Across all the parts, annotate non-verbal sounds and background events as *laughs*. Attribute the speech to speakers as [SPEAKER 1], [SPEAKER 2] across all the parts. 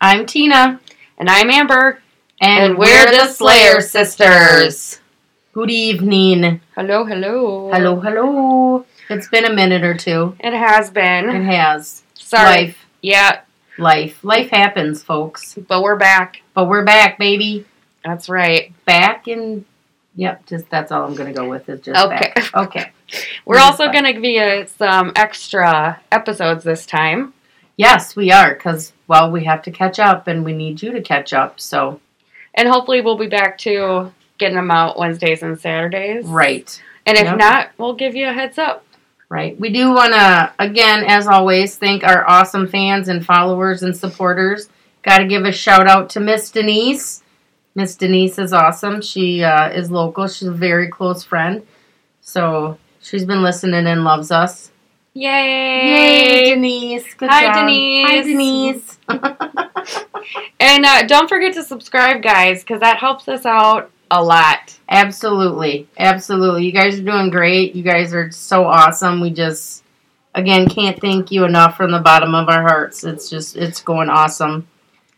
[SPEAKER 1] I'm Tina.
[SPEAKER 2] And I'm Amber.
[SPEAKER 1] And, we're, the Slayer Sisters. Good evening.
[SPEAKER 2] Hello, hello.
[SPEAKER 1] Hello, hello. It's been a minute or two.
[SPEAKER 2] It has
[SPEAKER 1] It
[SPEAKER 2] been.
[SPEAKER 1] has.
[SPEAKER 2] Sorry.
[SPEAKER 1] Life.
[SPEAKER 2] Yeah,
[SPEAKER 1] Life. Life happens, folks.
[SPEAKER 2] but we're back.
[SPEAKER 1] But we're back, baby.
[SPEAKER 2] That's right.
[SPEAKER 1] Back in. Yep, just that's all I'm going to go with is just
[SPEAKER 2] Okay. *laughs*
[SPEAKER 1] back. Okay.
[SPEAKER 2] We're
[SPEAKER 1] We're
[SPEAKER 2] also
[SPEAKER 1] back.
[SPEAKER 2] going to be uh, some extra episodes this time.
[SPEAKER 1] Yes, we are, because, well, we have to catch up and we need you to catch up. So,
[SPEAKER 2] And hopefully we'll be back to getting them out Wednesdays and Saturdays.
[SPEAKER 1] right.
[SPEAKER 2] And if
[SPEAKER 1] Yep.
[SPEAKER 2] not, we'll give you a heads up.
[SPEAKER 1] Right. We do want to, again, as always, thank our awesome fans and followers and supporters. Got to give a shout out to Miss Denise. Miss Denise is awesome. She uh, is local, she's a very close friend. So she's been listening and loves us.
[SPEAKER 2] Yay!
[SPEAKER 1] Denise. Good
[SPEAKER 2] Hi,
[SPEAKER 1] job. Hi,
[SPEAKER 2] Denise.
[SPEAKER 1] Denise. *laughs*
[SPEAKER 2] And uh, don't forget to subscribe, guys, because that helps us out a lot.
[SPEAKER 1] Absolutely. Absolutely. You guys are doing great. You guys are so awesome. We just, again, can't thank you enough from the bottom of our hearts. It's just, it's going awesome.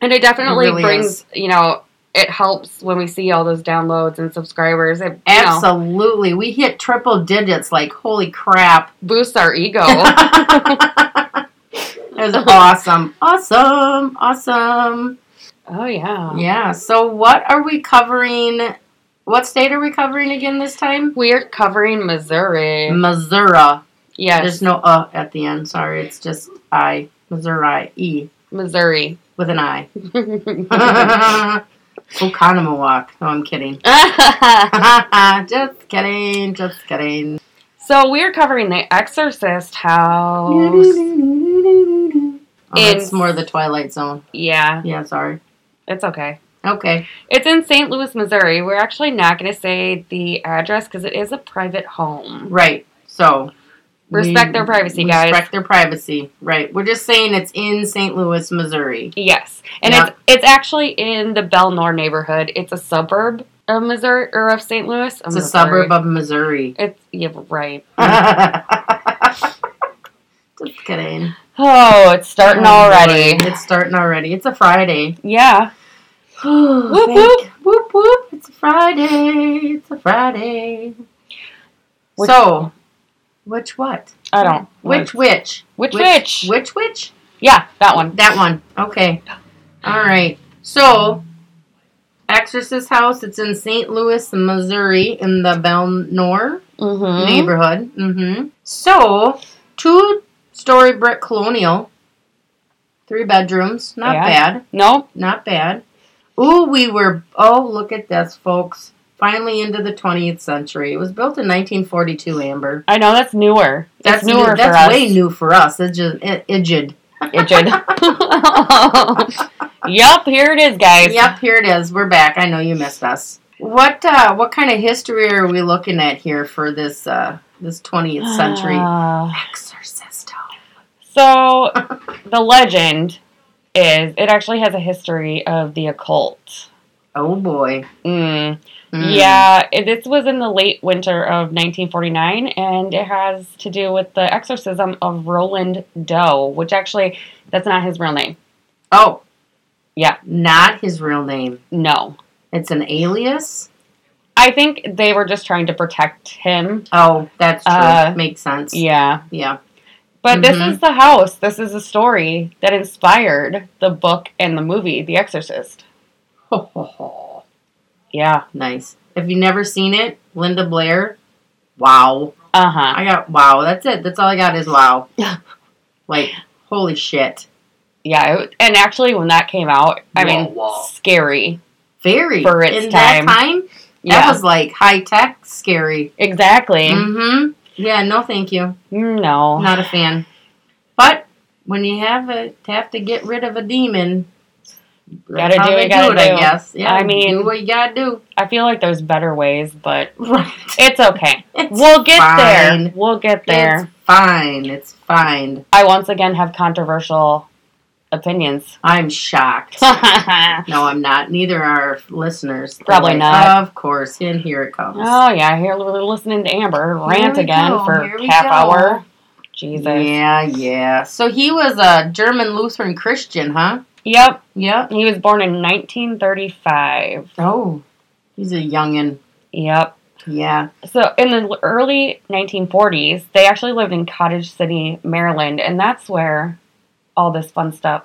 [SPEAKER 2] And it definitely
[SPEAKER 1] really
[SPEAKER 2] brings,
[SPEAKER 1] is.
[SPEAKER 2] you know, it helps when we see all those downloads and subscribers. It you know,
[SPEAKER 1] Absolutely. We hit triple digits. Like, holy crap.
[SPEAKER 2] boosts
[SPEAKER 1] *laughs*
[SPEAKER 2] our ego. Oh.
[SPEAKER 1] that was awesome. Awesome. Awesome.
[SPEAKER 2] oh, yeah.
[SPEAKER 1] Yeah. So, what are we covering? What state are we covering again this time?
[SPEAKER 2] We're covering
[SPEAKER 1] Mm.
[SPEAKER 2] Missouri.
[SPEAKER 1] Missouri.
[SPEAKER 2] Yes,
[SPEAKER 1] There's no uh at the end. Sorry. It's just I. Missouri. E.
[SPEAKER 2] Missouri.
[SPEAKER 1] *laughs*
[SPEAKER 2] *laughs*
[SPEAKER 1] With an I.
[SPEAKER 2] oh,
[SPEAKER 1] Oconomowoc. No, I'm kidding. *laughs* just kidding. Just kidding.
[SPEAKER 2] so we're covering The
[SPEAKER 1] *laughs*
[SPEAKER 2] Exorcist House.
[SPEAKER 1] Oh, it's
[SPEAKER 2] It's-
[SPEAKER 1] more the Twilight Zone.
[SPEAKER 2] Yeah,
[SPEAKER 1] Yeah, sorry.
[SPEAKER 2] it's okay.
[SPEAKER 1] Okay.
[SPEAKER 2] It's in St. Louis, Missouri. We're actually not going to say the address because it is a private home.
[SPEAKER 1] Right. So
[SPEAKER 2] Respect their privacy, guys.
[SPEAKER 1] Respect their privacy. Right. We're just saying it's in St. Louis, Missouri.
[SPEAKER 2] Yes, and
[SPEAKER 1] Yeah.
[SPEAKER 2] it's it's actually in the Belnor neighborhood. It's a suburb of Missouri or of St. Louis.
[SPEAKER 1] It's a suburb of *laughs* Missouri.
[SPEAKER 2] It's yeah,
[SPEAKER 1] *laughs*
[SPEAKER 2] right.
[SPEAKER 1] just kidding.
[SPEAKER 2] oh, it's starting
[SPEAKER 1] Oh,
[SPEAKER 2] already.
[SPEAKER 1] Lord. It's starting already. It's a *gasps* Friday.
[SPEAKER 2] Yeah.
[SPEAKER 1] whoop
[SPEAKER 2] whoop.
[SPEAKER 1] Whoop whoop. It's a Friday. It's a Friday.
[SPEAKER 2] Which-
[SPEAKER 1] so, which what?
[SPEAKER 2] I don't.
[SPEAKER 1] Which which? Which
[SPEAKER 2] Which which?
[SPEAKER 1] which? which?
[SPEAKER 2] Yeah, that one.
[SPEAKER 1] That one. Okay. All right. So, Exorcist House. It's in St. Louis, Missouri, in the Belnor
[SPEAKER 2] Mm-hmm.
[SPEAKER 1] neighborhood. Mm-hmm. So, two-story brick colonial, three bedrooms. Not
[SPEAKER 2] Yeah.
[SPEAKER 1] bad.
[SPEAKER 2] Nope.
[SPEAKER 1] Not bad. Ooh, we were. Oh, look at this, folks. Finally into the 20th century. It was built in 1942. Amber.
[SPEAKER 2] I know that's newer. That's,
[SPEAKER 1] new-
[SPEAKER 2] newer
[SPEAKER 1] That's
[SPEAKER 2] for us.
[SPEAKER 1] way new for us. It's just it, it'd. *laughs*
[SPEAKER 2] *laughs* Itchid. yep, here it is, guys. Ah.
[SPEAKER 1] Yep, here it is. We're back. I know you missed us. What uh, what kind of history are we looking at here for this uh, this
[SPEAKER 2] *sighs*
[SPEAKER 1] 20th century
[SPEAKER 2] Ah.
[SPEAKER 1] exorcist?
[SPEAKER 2] So, the legend is it actually has a history of the occult.
[SPEAKER 1] Oh boy.
[SPEAKER 2] Mm.
[SPEAKER 1] Mm.
[SPEAKER 2] Yeah, it- this was in the late winter of 1949, and it has to do with the exorcism of Roland Doe, which actually, that's not his real name.
[SPEAKER 1] Oh.
[SPEAKER 2] Yeah.
[SPEAKER 1] Not his real name.
[SPEAKER 2] No.
[SPEAKER 1] It's an alias.
[SPEAKER 2] I think they were just trying to protect him.
[SPEAKER 1] Oh, that's true.
[SPEAKER 2] Uh,
[SPEAKER 1] Makes sense. Yeah.
[SPEAKER 2] Yeah. But
[SPEAKER 1] Mhm.
[SPEAKER 2] this is the house. This is a story that inspired the book and the movie,
[SPEAKER 1] *laughs*
[SPEAKER 2] The Exorcist.
[SPEAKER 1] Ho, ho, ho.
[SPEAKER 2] Yeah.
[SPEAKER 1] Nice. If you've never seen it, Linda Blair. Wow.
[SPEAKER 2] Uh huh.
[SPEAKER 1] I got wow. That's it. That's all I got is
[SPEAKER 2] *laughs*
[SPEAKER 1] wow. like holy shit.
[SPEAKER 2] Yeah. it- and actually, when that came out, I
[SPEAKER 1] Whoa,
[SPEAKER 2] mean,
[SPEAKER 1] whoa.
[SPEAKER 2] scary.
[SPEAKER 1] Very
[SPEAKER 2] For its
[SPEAKER 1] in
[SPEAKER 2] time.
[SPEAKER 1] that time.
[SPEAKER 2] Yeah.
[SPEAKER 1] That was like high tech, scary.
[SPEAKER 2] exactly.
[SPEAKER 1] Mm-hmm. Yeah, no, thank you.
[SPEAKER 2] No.
[SPEAKER 1] Not a fan. But when you have a have to get rid of a demon,
[SPEAKER 2] Gotta
[SPEAKER 1] how
[SPEAKER 2] do what
[SPEAKER 1] they
[SPEAKER 2] you gotta
[SPEAKER 1] I
[SPEAKER 2] do.
[SPEAKER 1] guess. Yeah,
[SPEAKER 2] I mean-
[SPEAKER 1] do what you gotta do. *laughs*
[SPEAKER 2] I feel like there's better ways, but
[SPEAKER 1] Right.
[SPEAKER 2] it's okay.
[SPEAKER 1] It's
[SPEAKER 2] we'll get there.
[SPEAKER 1] fine.
[SPEAKER 2] We'll get there.
[SPEAKER 1] It's fine. It's fine.
[SPEAKER 2] I once again have controversial opinions. *laughs*
[SPEAKER 1] I'm shocked.
[SPEAKER 2] oh,
[SPEAKER 1] no, I'm not. Neither are our listeners. They're
[SPEAKER 2] Probably
[SPEAKER 1] like,
[SPEAKER 2] not. Oh,
[SPEAKER 1] Of course. And here it comes.
[SPEAKER 2] yeah. Here we're listening to Amber rant
[SPEAKER 1] we
[SPEAKER 2] again
[SPEAKER 1] go,
[SPEAKER 2] for
[SPEAKER 1] here we
[SPEAKER 2] half
[SPEAKER 1] go.
[SPEAKER 2] hour. Jesus.
[SPEAKER 1] yeah, yeah. So he was a German Lutheran Christian, huh?
[SPEAKER 2] Yep.
[SPEAKER 1] Yep.
[SPEAKER 2] He was born in 1935.
[SPEAKER 1] Oh, he's a youngin.
[SPEAKER 2] Yep.
[SPEAKER 1] Yeah.
[SPEAKER 2] So in the early 1940s, they actually lived in Cottage City, Maryland, and that's where all this fun stuff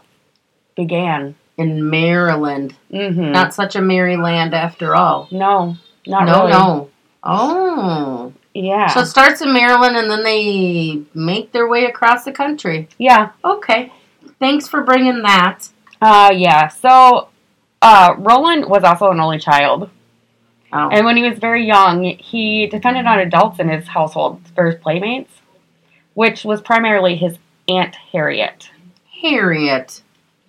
[SPEAKER 2] began.
[SPEAKER 1] In Maryland.
[SPEAKER 2] Mm-hmm.
[SPEAKER 1] Not such a merry land after all.
[SPEAKER 2] no, not
[SPEAKER 1] no,
[SPEAKER 2] really.
[SPEAKER 1] no. Oh.
[SPEAKER 2] Yeah.
[SPEAKER 1] So it starts in Maryland and then they make their way across the country.
[SPEAKER 2] yeah.
[SPEAKER 1] Okay. Thanks for bringing that.
[SPEAKER 2] Uh, yeah. So uh, Roland was also an only child.
[SPEAKER 1] Oh.
[SPEAKER 2] And when he was very young, he depended on adults in his household for his playmates, which was primarily his Aunt Harriet.
[SPEAKER 1] Harriet.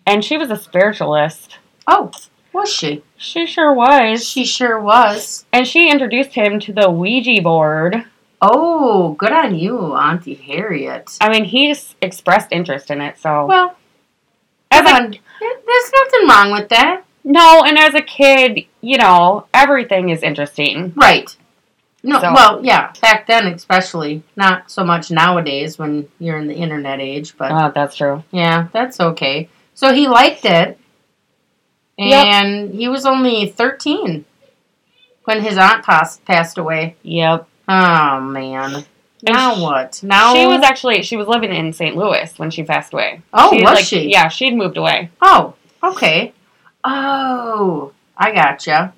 [SPEAKER 2] And she was a spiritualist.
[SPEAKER 1] Oh, was she?
[SPEAKER 2] She sure was.
[SPEAKER 1] She sure was.
[SPEAKER 2] and she introduced him to the Ouija board.
[SPEAKER 1] Oh, good on you, Auntie Harriet.
[SPEAKER 2] I mean, he s- expressed interest in it, so.
[SPEAKER 1] Well,
[SPEAKER 2] Oh. as
[SPEAKER 1] come
[SPEAKER 2] a,
[SPEAKER 1] on. There- There's nothing wrong with that.
[SPEAKER 2] no, and as a kid, you know, everything is interesting.
[SPEAKER 1] Right. No,
[SPEAKER 2] So-
[SPEAKER 1] well, yeah, back then especially, not so much nowadays when you're in the internet age, but
[SPEAKER 2] Oh, that's true.
[SPEAKER 1] yeah, that's okay. So he liked it.
[SPEAKER 2] Yep.
[SPEAKER 1] And he was only 13 when his aunt pass- passed away.
[SPEAKER 2] Yep.
[SPEAKER 1] Oh man. Now
[SPEAKER 2] she-
[SPEAKER 1] what? Now
[SPEAKER 2] She was actually, she was living in St. Louis when she passed away.
[SPEAKER 1] Oh,
[SPEAKER 2] She,
[SPEAKER 1] was
[SPEAKER 2] like,
[SPEAKER 1] she?
[SPEAKER 2] Yeah, she'd moved away.
[SPEAKER 1] Oh, okay. Oh, I gotcha.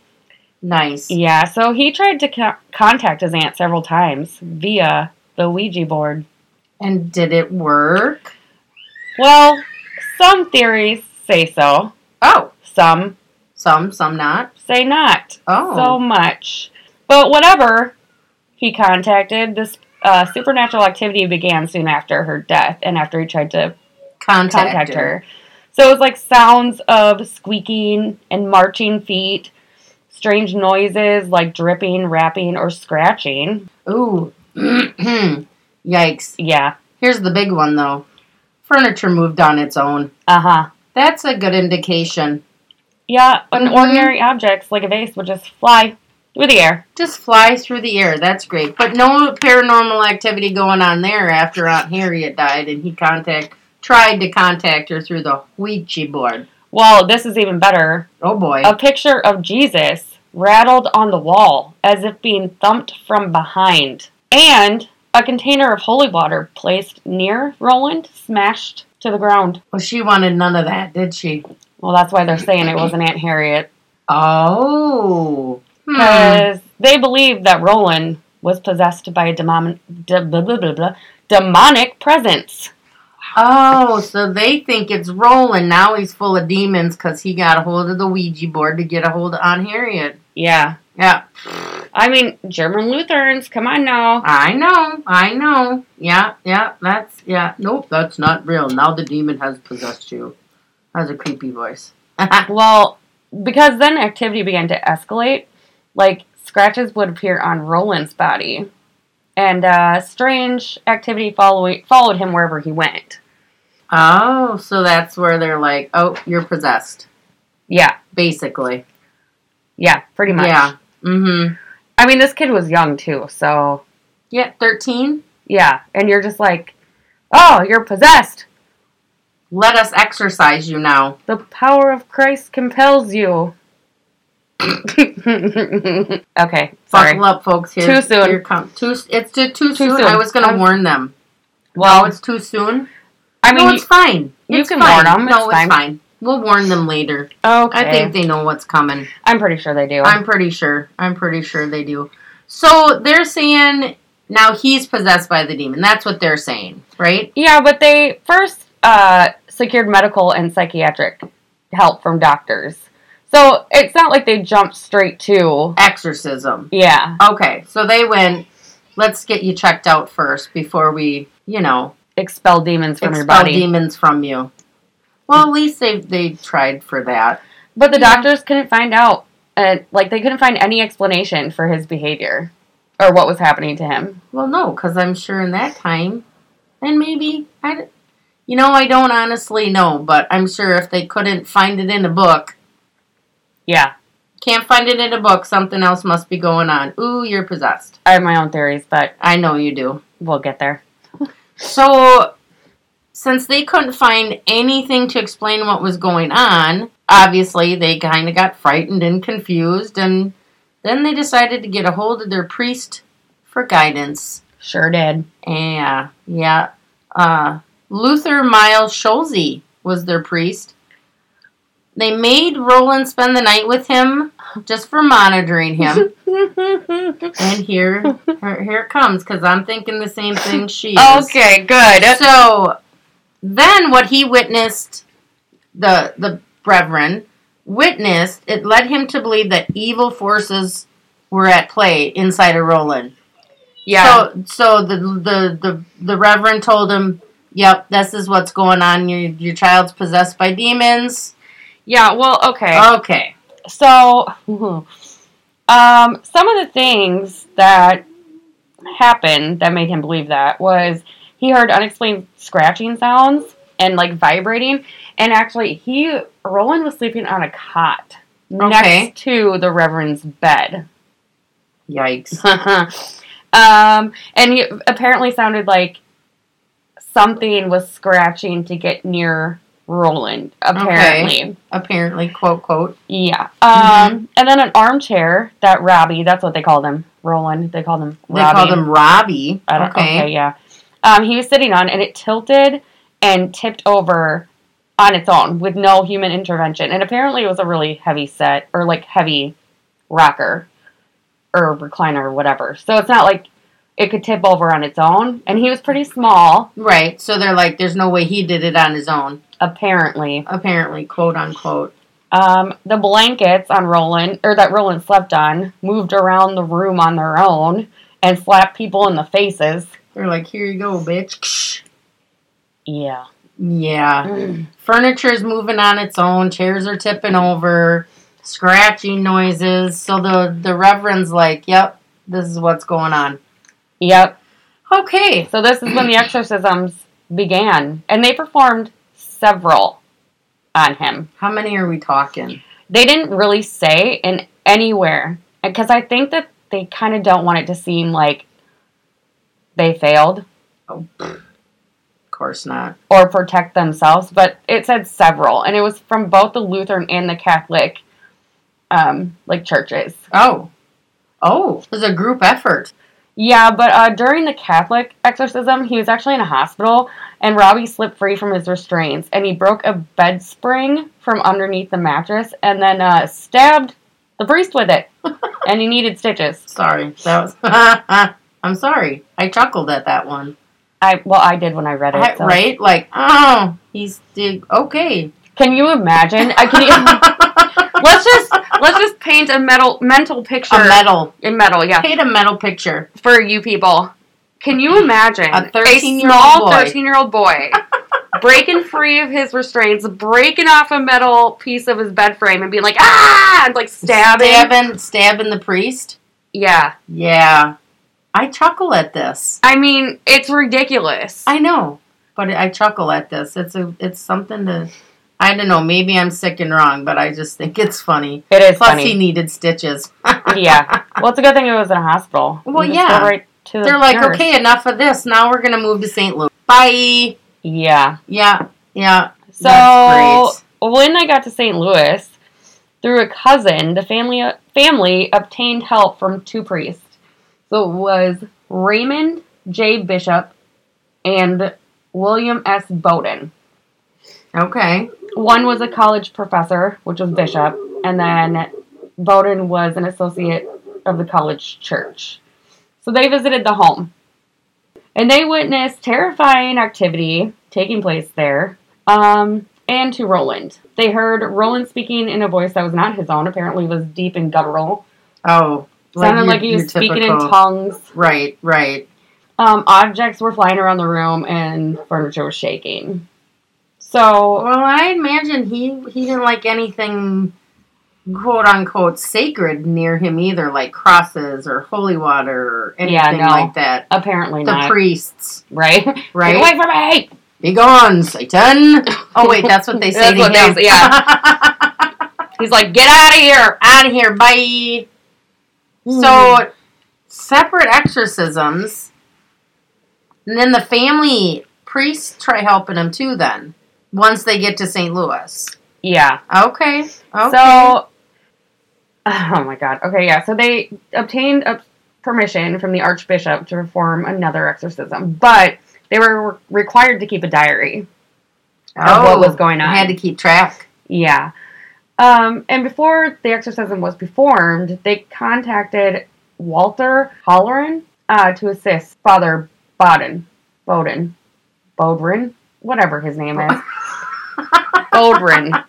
[SPEAKER 1] Nice.
[SPEAKER 2] Yeah, so he tried to co- contact his aunt several times via the Ouija board.
[SPEAKER 1] And did it work?
[SPEAKER 2] Well, some theories say so,
[SPEAKER 1] Oh,
[SPEAKER 2] some
[SPEAKER 1] some, some not.
[SPEAKER 2] say not
[SPEAKER 1] Oh,
[SPEAKER 2] so much. But whatever he contacted, this uh, supernatural activity began soon after her death and after he tried to
[SPEAKER 1] contact,
[SPEAKER 2] contact
[SPEAKER 1] her.
[SPEAKER 2] her. So it was like sounds of squeaking and marching feet, strange noises like dripping, rapping, or scratching.
[SPEAKER 1] Ooh. *clears throat* Yikes.
[SPEAKER 2] Yeah,
[SPEAKER 1] Here's the big one, though furniture moved on its own.
[SPEAKER 2] uh huh.
[SPEAKER 1] That's a good indication.
[SPEAKER 2] Yeah, and
[SPEAKER 1] Mhm.
[SPEAKER 2] ordinary objects like a vase would just fly through the air.
[SPEAKER 1] Just fly through the air. That's great. But no paranormal activity going on there after Aunt Harriet died and he contact tried to contact her through the Ouija board.
[SPEAKER 2] Well, this is even better.
[SPEAKER 1] Oh boy.
[SPEAKER 2] A picture of Jesus rattled on the wall as if being thumped from behind, and a container of holy water placed near Roland smashed to the ground.
[SPEAKER 1] Well, she wanted none of that, did she?
[SPEAKER 2] Well, that's why they're saying it wasn't Aunt Harriet,
[SPEAKER 1] Oh. Hmm.
[SPEAKER 2] because they believed that Roland was possessed by a demon- de- blah, blah, blah, blah, demonic presence.
[SPEAKER 1] Oh, so they think it's Roland. Now he's full of demons because he got a hold of the Ouija board to get a hold of Aunt Harriet.
[SPEAKER 2] Yeah.
[SPEAKER 1] Yeah,
[SPEAKER 2] I mean, German Lutherans, come on now.
[SPEAKER 1] I know. I know. Yeah, yeah, that's, yeah. Nope, that's not real. Now the demon has possessed you. Has a creepy voice.
[SPEAKER 2] Well, because then activity began to escalate. Like scratches would appear on Roland's body, and uh, strange activity following followed him wherever he went.
[SPEAKER 1] oh, so that's where they're like, oh, you're possessed,
[SPEAKER 2] Yeah,
[SPEAKER 1] basically.
[SPEAKER 2] yeah, pretty much.
[SPEAKER 1] Yeah. Mm hmm.
[SPEAKER 2] I mean, this kid was young too, so
[SPEAKER 1] Yeah, 13.
[SPEAKER 2] yeah. And you're just like, oh, you're possessed.
[SPEAKER 1] Let us exercise you now.
[SPEAKER 2] The power of Christ compels you. *laughs* okay, sorry.
[SPEAKER 1] Buckle up, folks. Here,
[SPEAKER 2] Too soon.
[SPEAKER 1] Here come. Too, s- it's too, too,
[SPEAKER 2] Too
[SPEAKER 1] soon.
[SPEAKER 2] soon.
[SPEAKER 1] I was going
[SPEAKER 2] I'm-
[SPEAKER 1] to warn them.
[SPEAKER 2] Well,
[SPEAKER 1] no, it's too soon.
[SPEAKER 2] I mean,
[SPEAKER 1] no, it's fine.
[SPEAKER 2] you
[SPEAKER 1] It's
[SPEAKER 2] can
[SPEAKER 1] fine.
[SPEAKER 2] warn 'em.
[SPEAKER 1] No, it's
[SPEAKER 2] It's fine.
[SPEAKER 1] fine. We'll warn them later.
[SPEAKER 2] okay.
[SPEAKER 1] I think they know what's coming.
[SPEAKER 2] I'm pretty sure they do.
[SPEAKER 1] I'm pretty sure. I'm pretty sure they do. So they're saying now he's possessed by the demon. That's what they're saying, right?
[SPEAKER 2] Yeah, but they first uh, secured medical and psychiatric help from doctors. So it's not like they jumped straight to.
[SPEAKER 1] Exorcism.
[SPEAKER 2] Yeah,
[SPEAKER 1] Okay, so they went. Let's get you checked out first before we, you know,
[SPEAKER 2] expel demons from your
[SPEAKER 1] expel
[SPEAKER 2] body.
[SPEAKER 1] demons from you. Well, at least they they tried for that.
[SPEAKER 2] but the
[SPEAKER 1] Yeah.
[SPEAKER 2] doctors couldn't find out. Uh, like, they couldn't find any explanation for his behavior or what was happening to him.
[SPEAKER 1] Well, no, because I'm sure in that time, and maybe I, d- you know, I don't honestly know, but I'm sure if they couldn't find it in a book,
[SPEAKER 2] Yeah,
[SPEAKER 1] can't find it in a book, something else must be going on. Ooh, you're possessed.
[SPEAKER 2] I have my own theories, but
[SPEAKER 1] I know you do.
[SPEAKER 2] we'll get there.
[SPEAKER 1] So Since they couldn't find anything to explain what was going on, obviously they kind of got frightened and confused, and then they decided to get a hold of their priest for guidance. *laughs*
[SPEAKER 2] Sure did.
[SPEAKER 1] Yeah, yeah. Uh, Luther Miles Scholze was their priest. They made Roland spend the night with him just for monitoring him. and
[SPEAKER 2] *laughs*
[SPEAKER 1] here, here, here it comes because I'm thinking the same thing she is.
[SPEAKER 2] okay, good.
[SPEAKER 1] So then, what he witnessed, the the Reverend witnessed, it led him to believe that evil forces were at play inside of Roland.
[SPEAKER 2] yeah.
[SPEAKER 1] So, so the, the the the Reverend told him, "Yep, this is what's going on. Your your child's possessed by demons."
[SPEAKER 2] yeah, well, okay.
[SPEAKER 1] Okay.
[SPEAKER 2] so um, some of the things that happened that made him believe that was he heard unexplained scratching sounds and like vibrating and actually he roland was sleeping on a cot
[SPEAKER 1] Okay.
[SPEAKER 2] next to the reverend's bed *laughs*
[SPEAKER 1] Yikes.
[SPEAKER 2] um, and he apparently sounded like something was scratching to get near roland apparently
[SPEAKER 1] Apparently, quote quote.
[SPEAKER 2] Yeah. Um,
[SPEAKER 1] Mm-hmm.
[SPEAKER 2] And then an armchair that Robbie, that's what they called him. Roland, they called him
[SPEAKER 1] They
[SPEAKER 2] Robbie.
[SPEAKER 1] called him Robbie.
[SPEAKER 2] I don't, okay.
[SPEAKER 1] okay.
[SPEAKER 2] yeah. Um, he was sitting on and it tilted and tipped over on its own with no human intervention. And apparently it was a really heavy set or like heavy rocker or recliner or whatever. So it's not like it could tip over on its own. And he was pretty small,
[SPEAKER 1] Right. So they're like, "There's no way he did it on his own."
[SPEAKER 2] apparently.
[SPEAKER 1] Apparently, quote unquote.
[SPEAKER 2] Um, the blankets on Roland, or that Roland slept on, moved around the room on their own and slapped people in the faces.
[SPEAKER 1] They're like, "Here you go, bitch."
[SPEAKER 2] Yeah.
[SPEAKER 1] Yeah. Furniture's moving on its own. Chairs are tipping over. Scratching noises. So the the reverend's like, "Yep, this is what's going on."
[SPEAKER 2] *clears throat* Yep.
[SPEAKER 1] Okay.
[SPEAKER 2] So this is when the exorcisms began, and they performed several on him.
[SPEAKER 1] How many are we talking?
[SPEAKER 2] They didn't really say in anywhere because I think that they kind of don't want it to seem like they failed
[SPEAKER 1] Of course not.
[SPEAKER 2] or protect themselves, but it said several, and it was from both the Lutheran and the Catholic, um, like churches.
[SPEAKER 1] Oh. Oh. It was a group effort.
[SPEAKER 2] Yeah, but uh, during the Catholic exorcism, he was actually in a hospital, and Robbie slipped free from his restraints, and he broke a bed spring from underneath the mattress, and then uh, stabbed the priest
[SPEAKER 1] *laughs*
[SPEAKER 2] with it, and he needed stitches.
[SPEAKER 1] Sorry. That was *laughs* I'm sorry. I chuckled at that one.
[SPEAKER 2] I well, I did when I read
[SPEAKER 1] I-
[SPEAKER 2] it. so-
[SPEAKER 1] right? Like, oh, he's dig okay.
[SPEAKER 2] Can you imagine? I can.
[SPEAKER 1] *laughs*
[SPEAKER 2] You, *laughs* let's just let's just paint a metal mental picture.
[SPEAKER 1] a metal.
[SPEAKER 2] in metal, yeah.
[SPEAKER 1] Paint a metal picture.
[SPEAKER 2] for you people. Can you imagine
[SPEAKER 1] A 13-year-old
[SPEAKER 2] small
[SPEAKER 1] boy.
[SPEAKER 2] 13 year old *laughs* boy breaking free of his restraints, breaking off a metal piece of his bed frame and being like, ah, and like stabbing?
[SPEAKER 1] Stabbing stabbing the priest.
[SPEAKER 2] Yeah.
[SPEAKER 1] Yeah. I chuckle at this.
[SPEAKER 2] I mean, it's ridiculous.
[SPEAKER 1] I know, but I chuckle at this. It's a it's something to I don't know, maybe I'm sick and wrong, but I just think it's funny.
[SPEAKER 2] it is
[SPEAKER 1] Plus he needed stitches.
[SPEAKER 2] *laughs* yeah. Well, it's a good thing it was in a hospital.
[SPEAKER 1] Well,
[SPEAKER 2] You just
[SPEAKER 1] yeah.
[SPEAKER 2] go right to
[SPEAKER 1] *laughs*
[SPEAKER 2] the
[SPEAKER 1] They're like,
[SPEAKER 2] nurse.
[SPEAKER 1] okay, enough of this. Now we're gonna move to St. Louis. Bye.
[SPEAKER 2] Yeah.
[SPEAKER 1] Yeah, yeah.
[SPEAKER 2] So
[SPEAKER 1] That's
[SPEAKER 2] when I got to St. Louis, through a cousin, the family family obtained help from two priests. So it was Raymond J. Bishop and William S. Bowden.
[SPEAKER 1] Okay.
[SPEAKER 2] One was a college professor, which was Bishop, and then Bowden was an associate of the college church. So they visited the home. And they witnessed terrifying activity taking place there um, and to Roland. They heard Roland speaking in a voice that was not his own, apparently it was deep and guttural.
[SPEAKER 1] Oh,
[SPEAKER 2] Sounded
[SPEAKER 1] your-
[SPEAKER 2] like he
[SPEAKER 1] your
[SPEAKER 2] was speaking in
[SPEAKER 1] typical-
[SPEAKER 2] tongues.
[SPEAKER 1] Right, right.
[SPEAKER 2] Um, objects were flying around the room and furniture was shaking. So
[SPEAKER 1] Well, I imagine he he didn't like anything quote unquote sacred near him either, like crosses or holy water or
[SPEAKER 2] Yeah,
[SPEAKER 1] anything
[SPEAKER 2] no.
[SPEAKER 1] like that.
[SPEAKER 2] apparently
[SPEAKER 1] The
[SPEAKER 2] not,
[SPEAKER 1] priests,
[SPEAKER 2] right?
[SPEAKER 1] right?
[SPEAKER 2] Get away from me!
[SPEAKER 1] Be gone,
[SPEAKER 2] *laughs*
[SPEAKER 1] Satan! Oh wait, that's what they say
[SPEAKER 2] That's
[SPEAKER 1] to
[SPEAKER 2] what they
[SPEAKER 1] him.
[SPEAKER 2] say,
[SPEAKER 1] *laughs*
[SPEAKER 2] He's like, get out of here.
[SPEAKER 1] Out of here, bye.
[SPEAKER 2] Hmm.
[SPEAKER 1] So separate exorcisms. And then the family priests try helping him too then once they get to St. Louis.
[SPEAKER 2] Yeah.
[SPEAKER 1] Okay. Okay.
[SPEAKER 2] So, *sighs* oh my god. Okay, yeah. So they obtained a permission from the archbishop to perform another exorcism, but they were required to keep a diary of what was going on.
[SPEAKER 1] I Oh. had to keep track.
[SPEAKER 2] Yeah. Um, and before the exorcism was performed, they contacted Walter Holleran uh, to assist Father Bowden. Bowden. Bodrin? Whatever his name *laughs* is. Bodrin.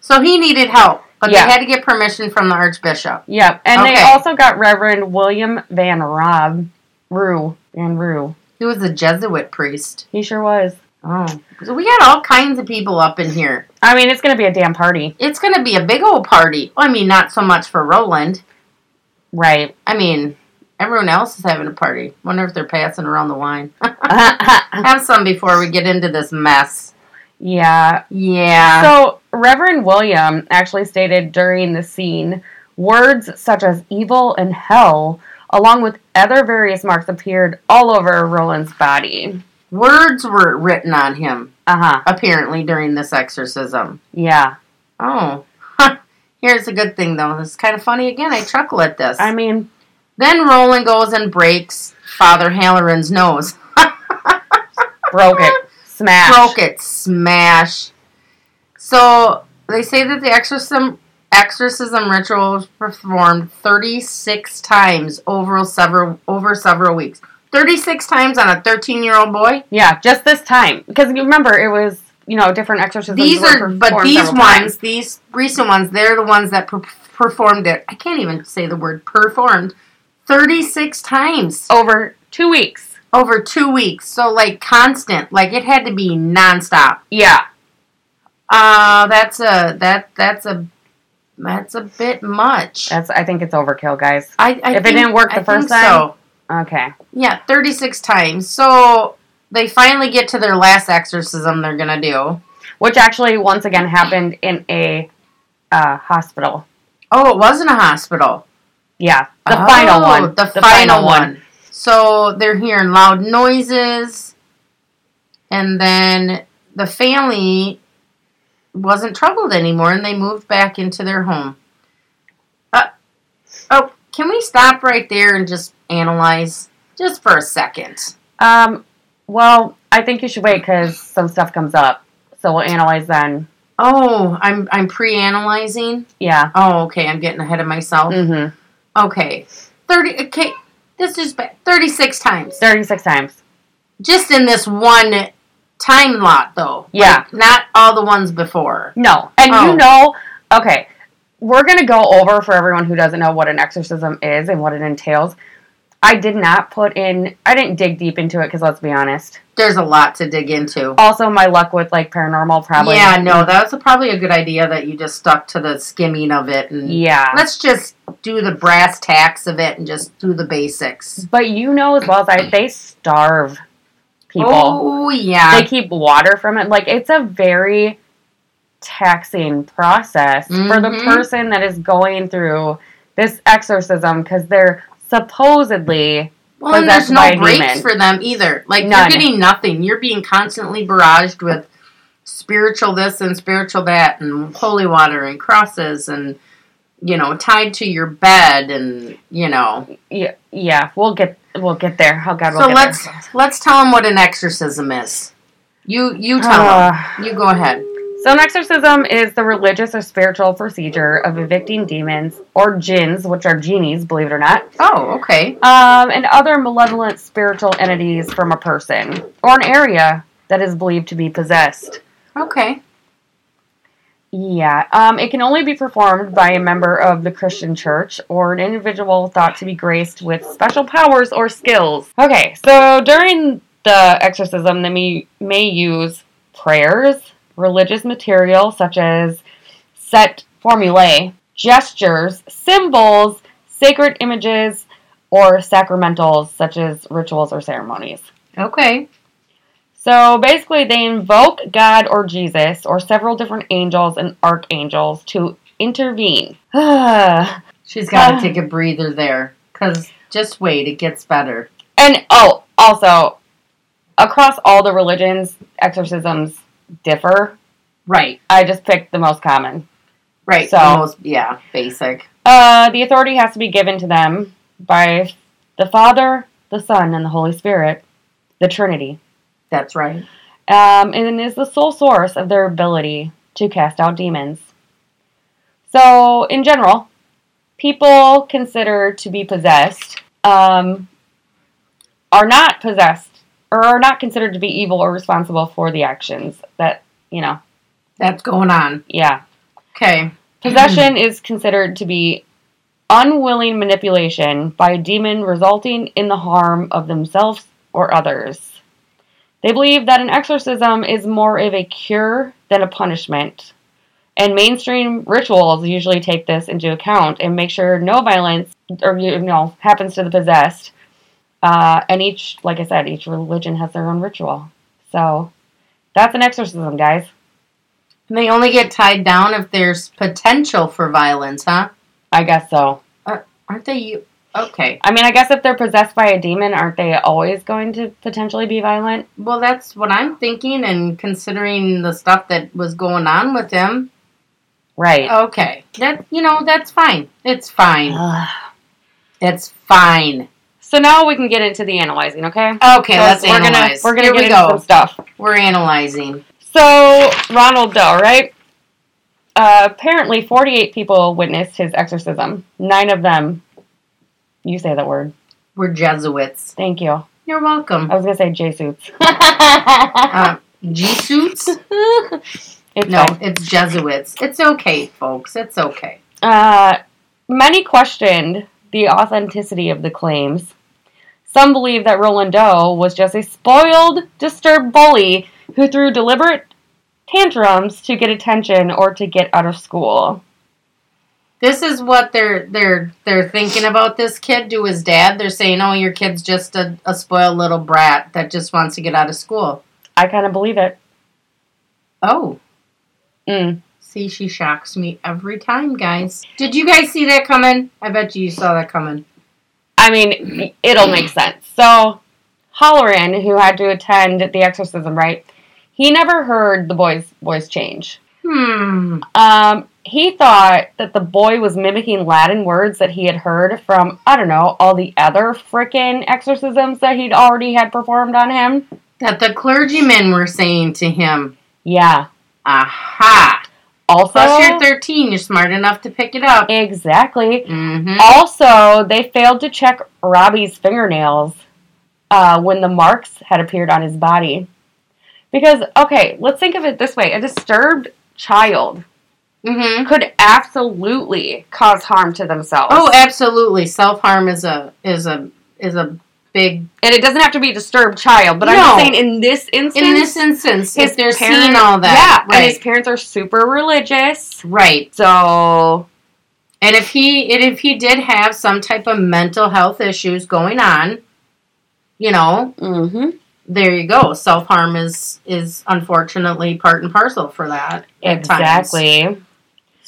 [SPEAKER 1] So he needed help, but
[SPEAKER 2] Yeah.
[SPEAKER 1] they had to get permission from the archbishop.
[SPEAKER 2] Yep. And they
[SPEAKER 1] Okay.
[SPEAKER 2] also got Reverend William Van Robb. Rue. Van Rue.
[SPEAKER 1] He was a Jesuit priest.
[SPEAKER 2] He sure was.
[SPEAKER 1] Oh. So we got all kinds of people up in here.
[SPEAKER 2] I mean, it's going to be a damn party.
[SPEAKER 1] It's going to be a big old party. Well, I mean, not so much for Roland. *laughs*
[SPEAKER 2] Right.
[SPEAKER 1] I mean, everyone else is having a party. Wonder if they're passing around the wine. Have some before we get into this mess.
[SPEAKER 2] yeah.
[SPEAKER 1] Yeah.
[SPEAKER 2] So, Reverend William actually stated during the scene words such as evil and hell, along with other various marks, appeared all over Roland's body.
[SPEAKER 1] Words were written on him,
[SPEAKER 2] Uh huh.
[SPEAKER 1] apparently, during this exorcism.
[SPEAKER 2] Yeah.
[SPEAKER 1] Oh. *laughs* Here's a good thing, though. This is kind of funny. Again, I chuckle at this.
[SPEAKER 2] I mean,
[SPEAKER 1] then Roland goes and breaks Father Halloran's nose. *laughs*
[SPEAKER 2] broke it. Smash.
[SPEAKER 1] Broke it. Smash. So, they say that the exorcism, exorcism ritual was performed 36 times over several, over several weeks. 36 times on a 13 year old boy?
[SPEAKER 2] Yeah, just this time. Because you remember, it was, you know, different exorcisms.
[SPEAKER 1] These
[SPEAKER 2] were
[SPEAKER 1] are, but
[SPEAKER 2] performed
[SPEAKER 1] these
[SPEAKER 2] several
[SPEAKER 1] ones,
[SPEAKER 2] times.
[SPEAKER 1] these recent ones, they're the ones that per- performed it. I can't even say the word performed. 36 times
[SPEAKER 2] Over two weeks.
[SPEAKER 1] over two weeks. So, like, constant. Like, it had to be nonstop.
[SPEAKER 2] Yeah.
[SPEAKER 1] Uh, that's a, that, that's a, that's a bit much.
[SPEAKER 2] That's. I think it's overkill, guys.
[SPEAKER 1] I, I
[SPEAKER 2] if it didn't work the first time-
[SPEAKER 1] so.
[SPEAKER 2] Okay.
[SPEAKER 1] Yeah, 36 times. So, they finally get to their last exorcism they're going to do.
[SPEAKER 2] Which actually, once again, happened in a uh, hospital.
[SPEAKER 1] Oh, it wasn't a hospital.
[SPEAKER 2] Yeah, the
[SPEAKER 1] Oh,
[SPEAKER 2] final one.
[SPEAKER 1] The, final, one. So they're hearing loud noises, and then the family wasn't troubled anymore, and they moved back into their home. Uh, oh, can we stop right there and just analyze just for a second?
[SPEAKER 2] Um, well, I think you should wait because some stuff comes up. So we'll analyze then.
[SPEAKER 1] Oh, I'm I'm pre-analyzing.
[SPEAKER 2] Yeah.
[SPEAKER 1] Oh, okay, I'm getting ahead of myself.
[SPEAKER 2] Mm-hmm.
[SPEAKER 1] Okay, thirty. Okay, this is bad. Thirty-six times.
[SPEAKER 2] 36 times.
[SPEAKER 1] just in this one time lot though.
[SPEAKER 2] Yeah.
[SPEAKER 1] Like, not all the ones before.
[SPEAKER 2] No. And
[SPEAKER 1] Oh.
[SPEAKER 2] you know, okay, we're going to go over for everyone who doesn't know what an exorcism is and what it entails. I did not put in, I didn't dig deep into it because let's be honest.
[SPEAKER 1] There's a lot to dig into.
[SPEAKER 2] Also, my luck with like paranormal probably.
[SPEAKER 1] Yeah, no, that was probably a good idea that you just stuck to the skimming of it and
[SPEAKER 2] Yeah.
[SPEAKER 1] let's just do the brass tacks of it and just do the basics.
[SPEAKER 2] But you know as well as I, they starve people.
[SPEAKER 1] Oh
[SPEAKER 2] They
[SPEAKER 1] yeah.
[SPEAKER 2] keep water from it. Like it's a very taxing process for the
[SPEAKER 1] Mhm.
[SPEAKER 2] person that is going through this exorcism because they're supposedly
[SPEAKER 1] well, and
[SPEAKER 2] possessed
[SPEAKER 1] there's no
[SPEAKER 2] by a
[SPEAKER 1] breaks
[SPEAKER 2] demon.
[SPEAKER 1] for them either. Like
[SPEAKER 2] None.
[SPEAKER 1] you're getting nothing. You're being constantly barraged with spiritual this and spiritual that and holy water and crosses and you know tied to your bed and you know
[SPEAKER 2] yeah, yeah we'll get we'll get there oh god we'll
[SPEAKER 1] So
[SPEAKER 2] get
[SPEAKER 1] let's
[SPEAKER 2] there.
[SPEAKER 1] let's tell them what an exorcism is. You you tell
[SPEAKER 2] Uh,
[SPEAKER 1] them. You go ahead.
[SPEAKER 2] So, an exorcism is the religious or spiritual procedure of evicting demons or jinns, which are genies, believe it or not,
[SPEAKER 1] Oh, okay.
[SPEAKER 2] um, and other malevolent spiritual entities from a person or an area that is believed to be possessed.
[SPEAKER 1] Okay.
[SPEAKER 2] Yeah, um, it can only be performed by a member of the Christian church or an individual thought to be graced with special powers or skills. Okay, so during the exorcism, they may, may use prayers, religious material such as set formulae, gestures, symbols, sacred images, or sacramentals such as rituals or ceremonies.
[SPEAKER 1] Okay.
[SPEAKER 2] So basically, they invoke God or Jesus or several different angels and archangels to intervene. *sighs* and
[SPEAKER 1] She's got
[SPEAKER 2] Uh.
[SPEAKER 1] to take a breather there cuz just wait, it gets better.
[SPEAKER 2] oh, also, across all the religions, exorcisms differ.
[SPEAKER 1] Right.
[SPEAKER 2] I just picked the most common.
[SPEAKER 1] Right.
[SPEAKER 2] So-
[SPEAKER 1] the most- yeah, basic.
[SPEAKER 2] Uh, the authority has to be given to them by the Father, the Son, and the Holy Spirit, the Trinity,
[SPEAKER 1] That's right.
[SPEAKER 2] um, and is the sole source of their ability to cast out demons. So, in general, people considered to be possessed um, are not possessed or are not considered to be evil or responsible for the actions that, you know,
[SPEAKER 1] That's going on.
[SPEAKER 2] yeah.
[SPEAKER 1] Okay.
[SPEAKER 2] Possession is considered to be unwilling manipulation by a demon resulting in the harm of themselves or others. They believe that an exorcism is more of a cure than a punishment. And mainstream rituals usually take this into account and make sure no violence or you know happens to the possessed. Uh, and each, like I said, each religion has their own ritual. So that's an exorcism, guys.
[SPEAKER 1] And they only get tied down if there's potential for violence, huh?
[SPEAKER 2] I guess so.
[SPEAKER 1] Aren't they? u- Okay.
[SPEAKER 2] I mean, I guess if they're possessed by a demon, aren't they always going to potentially be violent?
[SPEAKER 1] Well, that's what I'm thinking, and considering the stuff that was going on with him. Oh.
[SPEAKER 2] Right.
[SPEAKER 1] Okay. That you know, that's fine. It's fine.
[SPEAKER 2] Ugh.
[SPEAKER 1] It's fine.
[SPEAKER 2] So now we can get into the analyzing, okay?
[SPEAKER 1] Okay, let's
[SPEAKER 2] we're
[SPEAKER 1] analyze.
[SPEAKER 2] Gonna, we're gonna
[SPEAKER 1] Here
[SPEAKER 2] get
[SPEAKER 1] we go.
[SPEAKER 2] into some stuff.
[SPEAKER 1] We're analyzing.
[SPEAKER 2] So Ronald Doe, right? Uh, apparently, 48 people witnessed his exorcism. Nine of them. You say that word.
[SPEAKER 1] We're Jesuits.
[SPEAKER 2] Thank you.
[SPEAKER 1] You're welcome.
[SPEAKER 2] I was gonna say Jesuits.
[SPEAKER 1] *laughs* Uh, Jesuits?
[SPEAKER 2] *laughs* it's
[SPEAKER 1] No,
[SPEAKER 2] fine.
[SPEAKER 1] it's Jesuits. It's okay, folks. It's okay.
[SPEAKER 2] Uh, many questioned the authenticity of the claims. Some believe that Roland Doe was just a spoiled, disturbed bully who threw deliberate tantrums to get attention or to get out of school.
[SPEAKER 1] This is what they're they're they're thinking about this kid to his dad. They're saying, "Oh, your kid's just a, a spoiled little brat that just wants to get out of school."
[SPEAKER 2] I kind of believe it.
[SPEAKER 1] Oh,
[SPEAKER 2] Mm.
[SPEAKER 1] see, she shocks me every time, guys. Did you guys see that coming? I bet you you saw that coming.
[SPEAKER 2] I mean, it'll make sense. So, Holloran, who had to attend the exorcism, right? He never heard the boy's voice change.
[SPEAKER 1] Hmm.
[SPEAKER 2] Um, he thought that the boy was mimicking Latin words that he had heard from, I don't know, all the other frickin' exorcisms that he'd already had performed on him.
[SPEAKER 1] That the clergymen were saying to him,
[SPEAKER 2] Yeah.
[SPEAKER 1] "Aha!
[SPEAKER 2] Also,
[SPEAKER 1] Plus, you're 13. You're smart enough to pick it up."
[SPEAKER 2] exactly.
[SPEAKER 1] Mm-hmm.
[SPEAKER 2] Also, they failed to check Robbie's fingernails uh, when the marks had appeared on his body. Because, okay, let's think of it this way a disturbed child
[SPEAKER 1] Mm-hmm.
[SPEAKER 2] could absolutely cause harm to themselves.
[SPEAKER 1] Oh, absolutely. Self harm is a is a is a big
[SPEAKER 2] And it doesn't have to be a disturbed child, but I'm just
[SPEAKER 1] No.
[SPEAKER 2] saying in this instance,
[SPEAKER 1] in this instance. If they're
[SPEAKER 2] parent-
[SPEAKER 1] seeing all that,
[SPEAKER 2] Yeah, and his
[SPEAKER 1] right,
[SPEAKER 2] parents are super religious.
[SPEAKER 1] right.
[SPEAKER 2] So
[SPEAKER 1] And if he and if he did have some type of mental health issues going on, you know,
[SPEAKER 2] mm-hmm.
[SPEAKER 1] there you go. Self harm is is unfortunately part and parcel for that. at times.
[SPEAKER 2] exactly.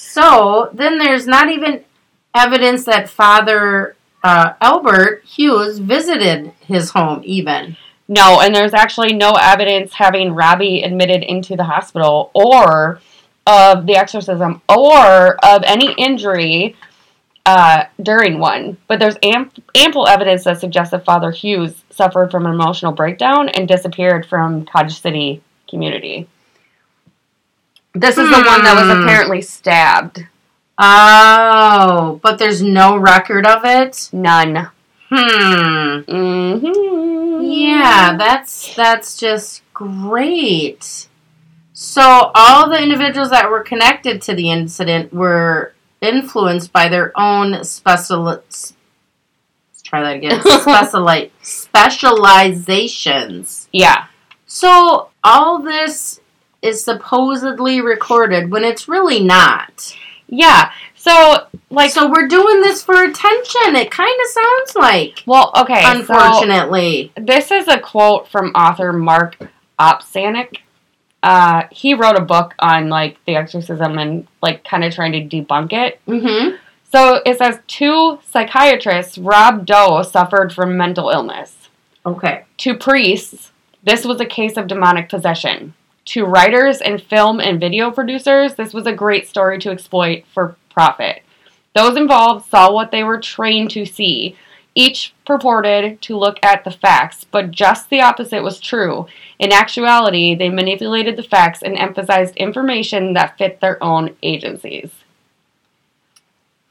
[SPEAKER 1] So then there's not even evidence that Father uh, Albert Hughes visited his home even.
[SPEAKER 2] No, and there's actually no evidence having Robbie admitted into the hospital or of the exorcism or of any injury uh, during one. But there's amp- ample evidence that suggests that Father Hughes suffered from an emotional breakdown and disappeared from Cottage City community. This is the one that was
[SPEAKER 1] Hmm.
[SPEAKER 2] apparently stabbed.
[SPEAKER 1] Oh, but there's no record of it.
[SPEAKER 2] None.
[SPEAKER 1] Hmm.
[SPEAKER 2] Mm-hmm.
[SPEAKER 1] Yeah, that's that's just great. So all the individuals that were connected to the incident were influenced by their own special. Let's try that
[SPEAKER 2] *laughs*
[SPEAKER 1] again. Speciali- specializations.
[SPEAKER 2] yeah.
[SPEAKER 1] So all this is supposedly recorded when it's really not.
[SPEAKER 2] Yeah. So, like,
[SPEAKER 1] so we're doing this for attention. It kind of sounds like,
[SPEAKER 2] well, okay. so-
[SPEAKER 1] unfortunately.
[SPEAKER 2] This is a quote from author Mark Opsanek. Uh, he wrote a book on like the exorcism and like kind of trying to debunk it.
[SPEAKER 1] Mm-hmm.
[SPEAKER 2] So it says two psychiatrists, Rob Doe, suffered from mental illness.
[SPEAKER 1] Okay.
[SPEAKER 2] Two priests, This was a case of demonic possession. To writers and film and video producers, this was a great story to exploit for profit. Those involved saw what they were trained to see. Each purported to look at the facts, but just the opposite was true. In actuality, they manipulated the facts and emphasized information that fit their own agencies.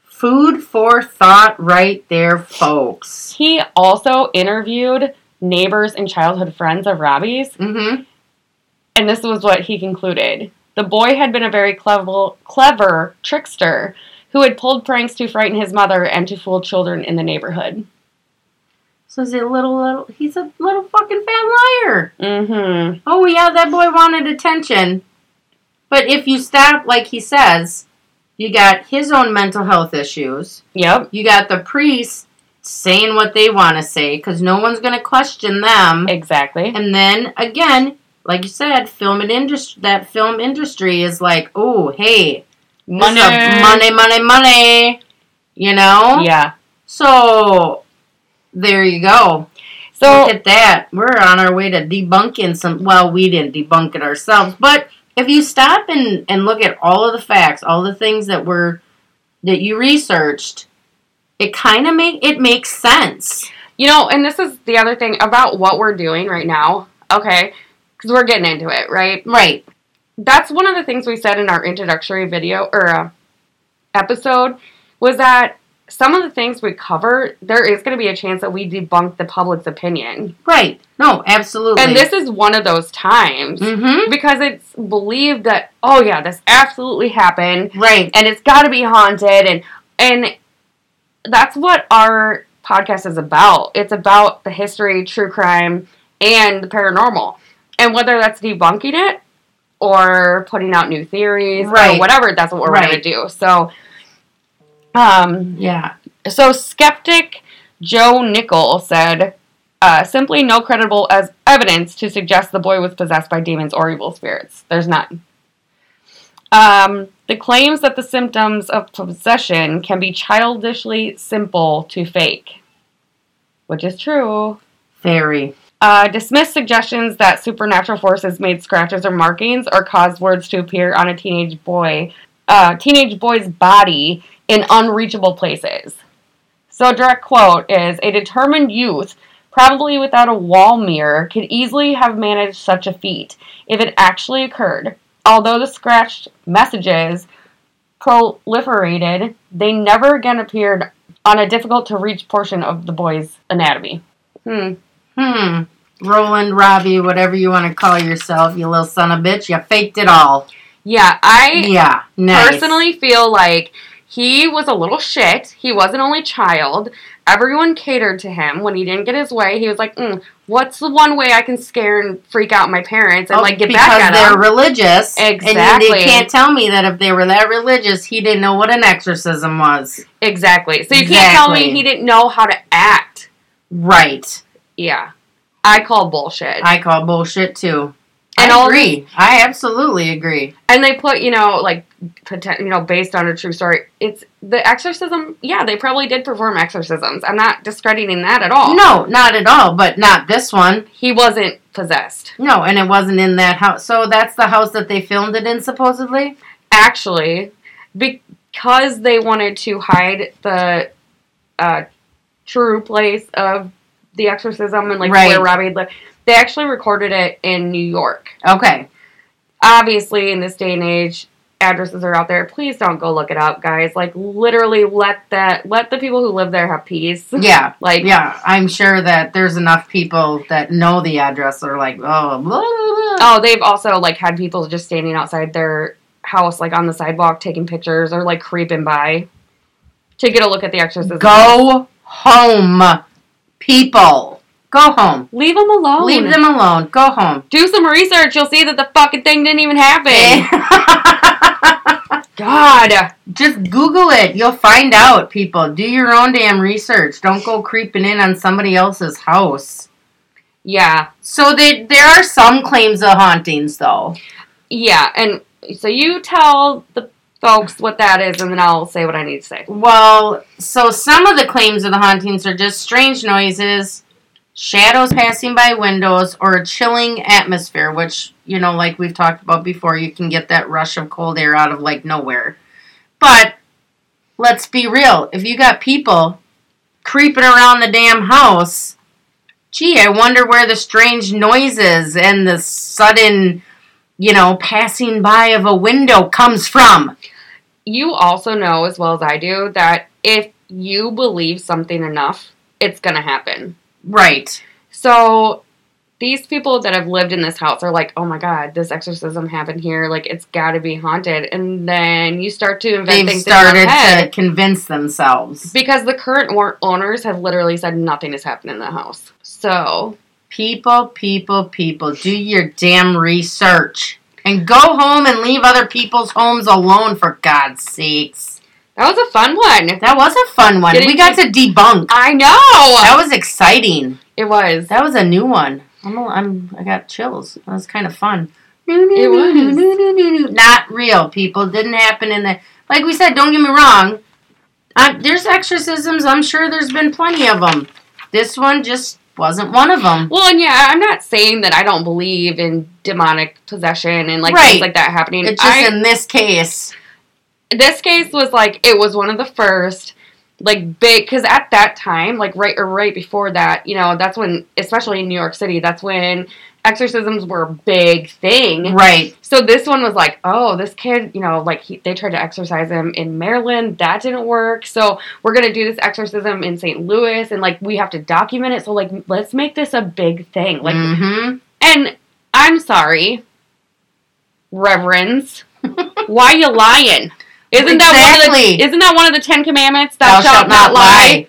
[SPEAKER 1] Food for thought, right there, folks.
[SPEAKER 2] He also interviewed neighbors and childhood friends of Robbie's,
[SPEAKER 1] Mm-hmm.
[SPEAKER 2] and this was what he concluded. The boy had been a very clever, clever trickster who had pulled pranks to frighten his mother and to fool children in the neighborhood.
[SPEAKER 1] So he's a little, little, he's a little fucking fat liar.
[SPEAKER 2] Mm-hmm.
[SPEAKER 1] Oh, yeah, that boy wanted attention. But if you stop, like he says, you got his own mental health issues.
[SPEAKER 2] Yep.
[SPEAKER 1] You got the priests saying what they want to say because no one's going to question them.
[SPEAKER 2] Exactly.
[SPEAKER 1] And then again, like you said, film and industry that film industry is like, oh hey, this is
[SPEAKER 2] Money.
[SPEAKER 1] a money, money, money. You know.
[SPEAKER 2] Yeah.
[SPEAKER 1] So there you go.
[SPEAKER 2] So
[SPEAKER 1] Look at that. We're on our way to debunking some. Well, we didn't debunk it ourselves, but if you stop and and look at all of the facts, all the things that were that you researched, it kind of make it makes sense.
[SPEAKER 2] You know, and this is the other thing about what we're doing right now, okay? Because we're getting into it, right?
[SPEAKER 1] Right.
[SPEAKER 2] That's one of the things we said in our introductory video or uh, episode was that some of the things we cover, there is going to be a chance that we debunk the public's opinion.
[SPEAKER 1] Right. No, absolutely.
[SPEAKER 2] And this is one of those times
[SPEAKER 1] Mhm.
[SPEAKER 2] because it's believed that, oh, yeah, this absolutely happened
[SPEAKER 1] Right.
[SPEAKER 2] and it's got to be haunted and and that's what our podcast is about it's about the history true crime and the paranormal and whether that's debunking it or putting out new theories or
[SPEAKER 1] Right.
[SPEAKER 2] whatever that's what we're going
[SPEAKER 1] Right.
[SPEAKER 2] to do so um
[SPEAKER 1] Yeah.
[SPEAKER 2] so skeptic joe nickel said uh, simply no credible as evidence to suggest the boy was possessed by demons or evil spirits. There's none. Um, the claims that the symptoms of possession can be childishly simple to fake, which is true.
[SPEAKER 1] Very.
[SPEAKER 2] Uh, dismiss suggestions that supernatural forces made scratches or markings or caused words to appear on a teenage boy, uh, teenage boy's body in unreachable places. So, a direct quote is: "A determined youth, probably without a wall mirror, could easily have managed such a feat if it actually occurred. Although the scratched messages proliferated, they never again appeared on a difficult-to-reach portion of the boy's anatomy." Hmm.
[SPEAKER 1] Hmm. Roland, Robbie, whatever you want to call yourself, you little son of a bitch, you faked it all.
[SPEAKER 2] Yeah, I
[SPEAKER 1] Yeah. Nice.
[SPEAKER 2] personally feel like he was a little shit. He was an only child. Everyone catered to him. When he didn't get his way, he was like, mm, "What's the one way I can scare and freak out my parents and
[SPEAKER 1] Oh,
[SPEAKER 2] like get
[SPEAKER 1] because
[SPEAKER 2] back at
[SPEAKER 1] they're
[SPEAKER 2] them?"
[SPEAKER 1] religious. And you-
[SPEAKER 2] Exactly.
[SPEAKER 1] they can't tell me that if they were that religious, he didn't know what an exorcism was.
[SPEAKER 2] Exactly. So you can't tell me
[SPEAKER 1] Exactly.
[SPEAKER 2] he didn't know how to act.
[SPEAKER 1] Right.
[SPEAKER 2] Yeah, I call bullshit.
[SPEAKER 1] I call bullshit too.
[SPEAKER 2] And
[SPEAKER 1] I
[SPEAKER 2] all
[SPEAKER 1] agree. I absolutely agree.
[SPEAKER 2] and they put you know like pretend, you know based on a true story. It's the exorcism. Yeah, they probably did perform exorcisms. I'm not discrediting that at all.
[SPEAKER 1] No, not at all, but not this one.
[SPEAKER 2] he wasn't possessed.
[SPEAKER 1] No, and it wasn't in that house. So that's the house that they filmed it in, supposedly?
[SPEAKER 2] actually, because they wanted to hide the uh, true place of the exorcism and like
[SPEAKER 1] Right.
[SPEAKER 2] where Robbie had lived, they actually recorded it in New York. *laughs*
[SPEAKER 1] Okay.
[SPEAKER 2] Obviously, in this day and age, addresses are out there. Please don't go look it up, guys. Like literally, let that let the people who live there have peace. *laughs*
[SPEAKER 1] Yeah.
[SPEAKER 2] Like,
[SPEAKER 1] Yeah. I'm sure that there's enough people that know the address are like, oh, blah, blah, blah.
[SPEAKER 2] oh, they've also like had people just standing outside their house, like on the sidewalk, taking pictures or like creeping by to get a look at the exorcism.
[SPEAKER 1] go home, people. Go home.
[SPEAKER 2] Leave them alone.
[SPEAKER 1] Leave them alone. Go home.
[SPEAKER 2] Do some research. You'll see that the fucking thing didn't even
[SPEAKER 1] Eh.
[SPEAKER 2] happen. God.
[SPEAKER 1] *laughs* Just Google it. You'll find out, people. Do your own damn research. Don't go creeping in on somebody else's house.
[SPEAKER 2] Yeah.
[SPEAKER 1] So they, there are some claims of hauntings, though.
[SPEAKER 2] Yeah. And so you tell the folks what that is, and then I'll say what I need to say.
[SPEAKER 1] Well, so some of the claims of the hauntings are just strange noises, shadows passing by windows, or a chilling atmosphere, which, you know, like we've talked about before, you can get that rush of cold air out of like nowhere. But let's be real if you got people creeping around the damn house, gee, I wonder where the strange noises and the sudden, you know, passing by of a window comes from.
[SPEAKER 2] You also know as well as I do that if you believe something enough, it's going to happen.
[SPEAKER 1] Right.
[SPEAKER 2] So these people that have lived in this house are like, oh my god, this exorcism happened here. Like it's got to be haunted. And then you start to invent
[SPEAKER 1] They've
[SPEAKER 2] things in
[SPEAKER 1] started
[SPEAKER 2] your
[SPEAKER 1] to
[SPEAKER 2] head
[SPEAKER 1] convince themselves.
[SPEAKER 2] because the current war- owners have literally said nothing has happened in the house. So
[SPEAKER 1] People, people, people, do your damn research. And go home and leave other people's homes alone, for God's sakes.
[SPEAKER 2] that was a fun one.
[SPEAKER 1] That was a fun one.
[SPEAKER 2] Did it
[SPEAKER 1] We got to debunk.
[SPEAKER 2] I
[SPEAKER 1] That
[SPEAKER 2] know
[SPEAKER 1] was exciting.
[SPEAKER 2] it was.
[SPEAKER 1] That was a new one. I'm, a, I'm I got chills. That was kind of fun.
[SPEAKER 2] It was.
[SPEAKER 1] not real. People didn't happen in the like we said. Don't get me wrong. Uh, there's exorcisms. I'm sure there's been plenty of them. This one just wasn't one of them.
[SPEAKER 2] Well, and yeah, I'm not saying that I don't believe in demonic possession and like
[SPEAKER 1] Right.
[SPEAKER 2] things like that happening.
[SPEAKER 1] It's just
[SPEAKER 2] I,
[SPEAKER 1] in this case,
[SPEAKER 2] this case was like it was one of the first like big because at that time like right or right before that you know that's when especially in new york city that's when exorcisms were a big thing
[SPEAKER 1] right?
[SPEAKER 2] so this one was like oh this kid you know like he, they tried to exorcise him in maryland that didn't work so we're gonna do this exorcism in st louis and like we have to document it so like let's make this a big thing like
[SPEAKER 1] Mhm.
[SPEAKER 2] and i'm sorry
[SPEAKER 1] *laughs*
[SPEAKER 2] reverends why you lying? Isn't that one of
[SPEAKER 1] Exactly.
[SPEAKER 2] the, isn't that one of the Ten Commandments? Thou, shalt, not lie.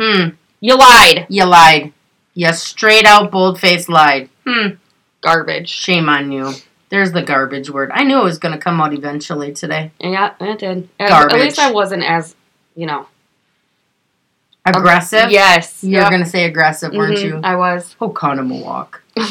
[SPEAKER 1] Hmm.
[SPEAKER 2] You lied.
[SPEAKER 1] You lied. You straight out bold faced lied. Hmm.
[SPEAKER 2] Garbage.
[SPEAKER 1] Shame on you. There's the garbage word. I knew it was going to come out eventually today.
[SPEAKER 2] Yeah, it did. At- At
[SPEAKER 1] Garbage.
[SPEAKER 2] least I wasn't as you know Um,
[SPEAKER 1] Aggressive.
[SPEAKER 2] Yes.
[SPEAKER 1] You
[SPEAKER 2] Yep.
[SPEAKER 1] were gonna say aggressive, weren't
[SPEAKER 2] Mhm,
[SPEAKER 1] you?
[SPEAKER 2] I
[SPEAKER 1] *laughs*
[SPEAKER 2] was. *laughs*
[SPEAKER 1] Oh, Walk.
[SPEAKER 2] yeah,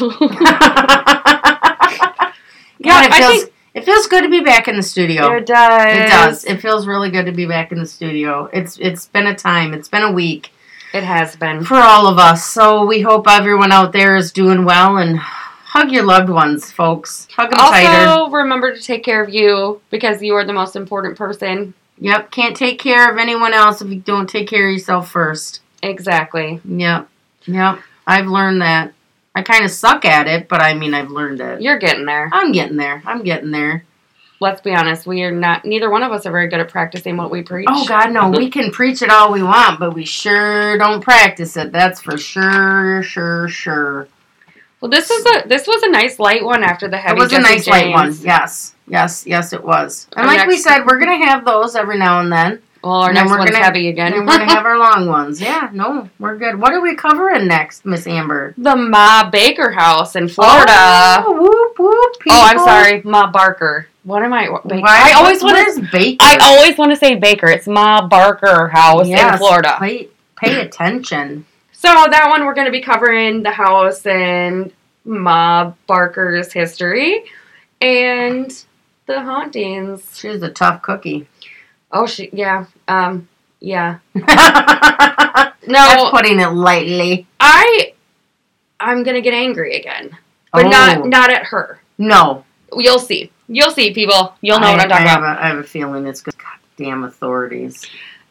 [SPEAKER 1] God, it
[SPEAKER 2] I
[SPEAKER 1] feels
[SPEAKER 2] think
[SPEAKER 1] it feels good to be back in the studio.
[SPEAKER 2] it does.
[SPEAKER 1] It does. It feels really good to be back in the studio. It's it's been a time. It's been a week
[SPEAKER 2] It has been.
[SPEAKER 1] for all of us. So we hope everyone out there is doing well and hug your loved ones, folks. Hug them tighter.
[SPEAKER 2] Also, remember to take care of you because you are the most important person.
[SPEAKER 1] Yep. Can't take care of anyone else if you don't take care of yourself first.
[SPEAKER 2] Exactly.
[SPEAKER 1] Yep. Yep. I've learned that. I kind of suck at it, but I mean I've learned it.
[SPEAKER 2] You're getting there.
[SPEAKER 1] I'm getting there. I'm getting there.
[SPEAKER 2] Let's be honest. We are not. Neither one of us are very good at practicing what we preach.
[SPEAKER 1] Oh God,
[SPEAKER 2] *laughs*
[SPEAKER 1] no! We can preach it all we want, but we sure don't practice it. That's for sure, sure, sure.
[SPEAKER 2] Well, this is a this was a nice light one after the
[SPEAKER 1] It
[SPEAKER 2] heavy.
[SPEAKER 1] was a
[SPEAKER 2] Jesse
[SPEAKER 1] nice light one.
[SPEAKER 2] James.
[SPEAKER 1] Yes, yes, yes, it was. And
[SPEAKER 2] Our
[SPEAKER 1] like we
[SPEAKER 2] next-
[SPEAKER 1] said, we're gonna have those every now and
[SPEAKER 2] *laughs*
[SPEAKER 1] then,
[SPEAKER 2] Well, our
[SPEAKER 1] And then
[SPEAKER 2] next
[SPEAKER 1] we're
[SPEAKER 2] one's
[SPEAKER 1] gonna-
[SPEAKER 2] heavy again.
[SPEAKER 1] and then we're gonna have our long ones. Yeah, no, we're good. What are we covering next, Miss Amber?
[SPEAKER 2] *laughs* the Ma Baker House in Florida. Oh,
[SPEAKER 1] Oh, whoop whoop! People.
[SPEAKER 2] I'm sorry, Ma Barker. What am I? Baker.
[SPEAKER 1] Why?
[SPEAKER 2] I always want to.
[SPEAKER 1] Where's Baker?
[SPEAKER 2] I always want to say Baker. It's Ma Barker House in
[SPEAKER 1] Yes,
[SPEAKER 2] Florida.
[SPEAKER 1] Pay, pay attention.
[SPEAKER 2] So that one we're going to be covering the house and Ma Barker's history and the hauntings.
[SPEAKER 1] She's a tough cookie. *laughs*
[SPEAKER 2] Oh, she yeah, um, yeah.
[SPEAKER 1] That's
[SPEAKER 2] No,
[SPEAKER 1] putting it lightly.
[SPEAKER 2] I I'm gonna get angry again, but
[SPEAKER 1] Oh.
[SPEAKER 2] not not at her.
[SPEAKER 1] No.
[SPEAKER 2] You'll see. You'll see, people. You'll know
[SPEAKER 1] I,
[SPEAKER 2] what I'm talking
[SPEAKER 1] I
[SPEAKER 2] about.
[SPEAKER 1] Have a, I have a feeling it's good. Goddamn authorities.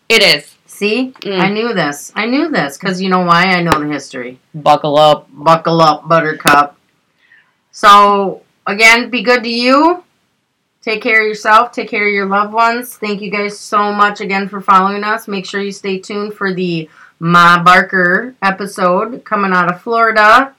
[SPEAKER 2] It is.
[SPEAKER 1] See?
[SPEAKER 2] Mm.
[SPEAKER 1] I knew this. I knew this because you know why? I know the history.
[SPEAKER 2] Buckle up.
[SPEAKER 1] Buckle up, Buttercup. So, again, be good to you. Take care of yourself. Take care of your loved ones. Thank you guys so much again for following us. Make sure you stay tuned for the Ma Barker episode coming out of Florida.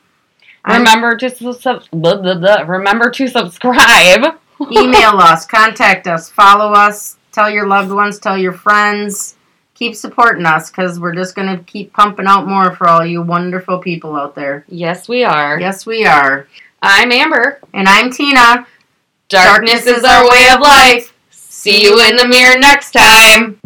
[SPEAKER 1] I'm-
[SPEAKER 2] Remember to sub- sub- blah, blah, blah. remember to subscribe.
[SPEAKER 1] email us, contact us, follow us, tell your loved ones, tell your friends. Keep supporting us because we're just going to keep pumping out more for all you wonderful people out there.
[SPEAKER 2] Yes, we are.
[SPEAKER 1] Yes, we are.
[SPEAKER 2] I'm Amber.
[SPEAKER 1] And I'm Tina.
[SPEAKER 2] Darkness, is our way of life. See you in the mirror next time.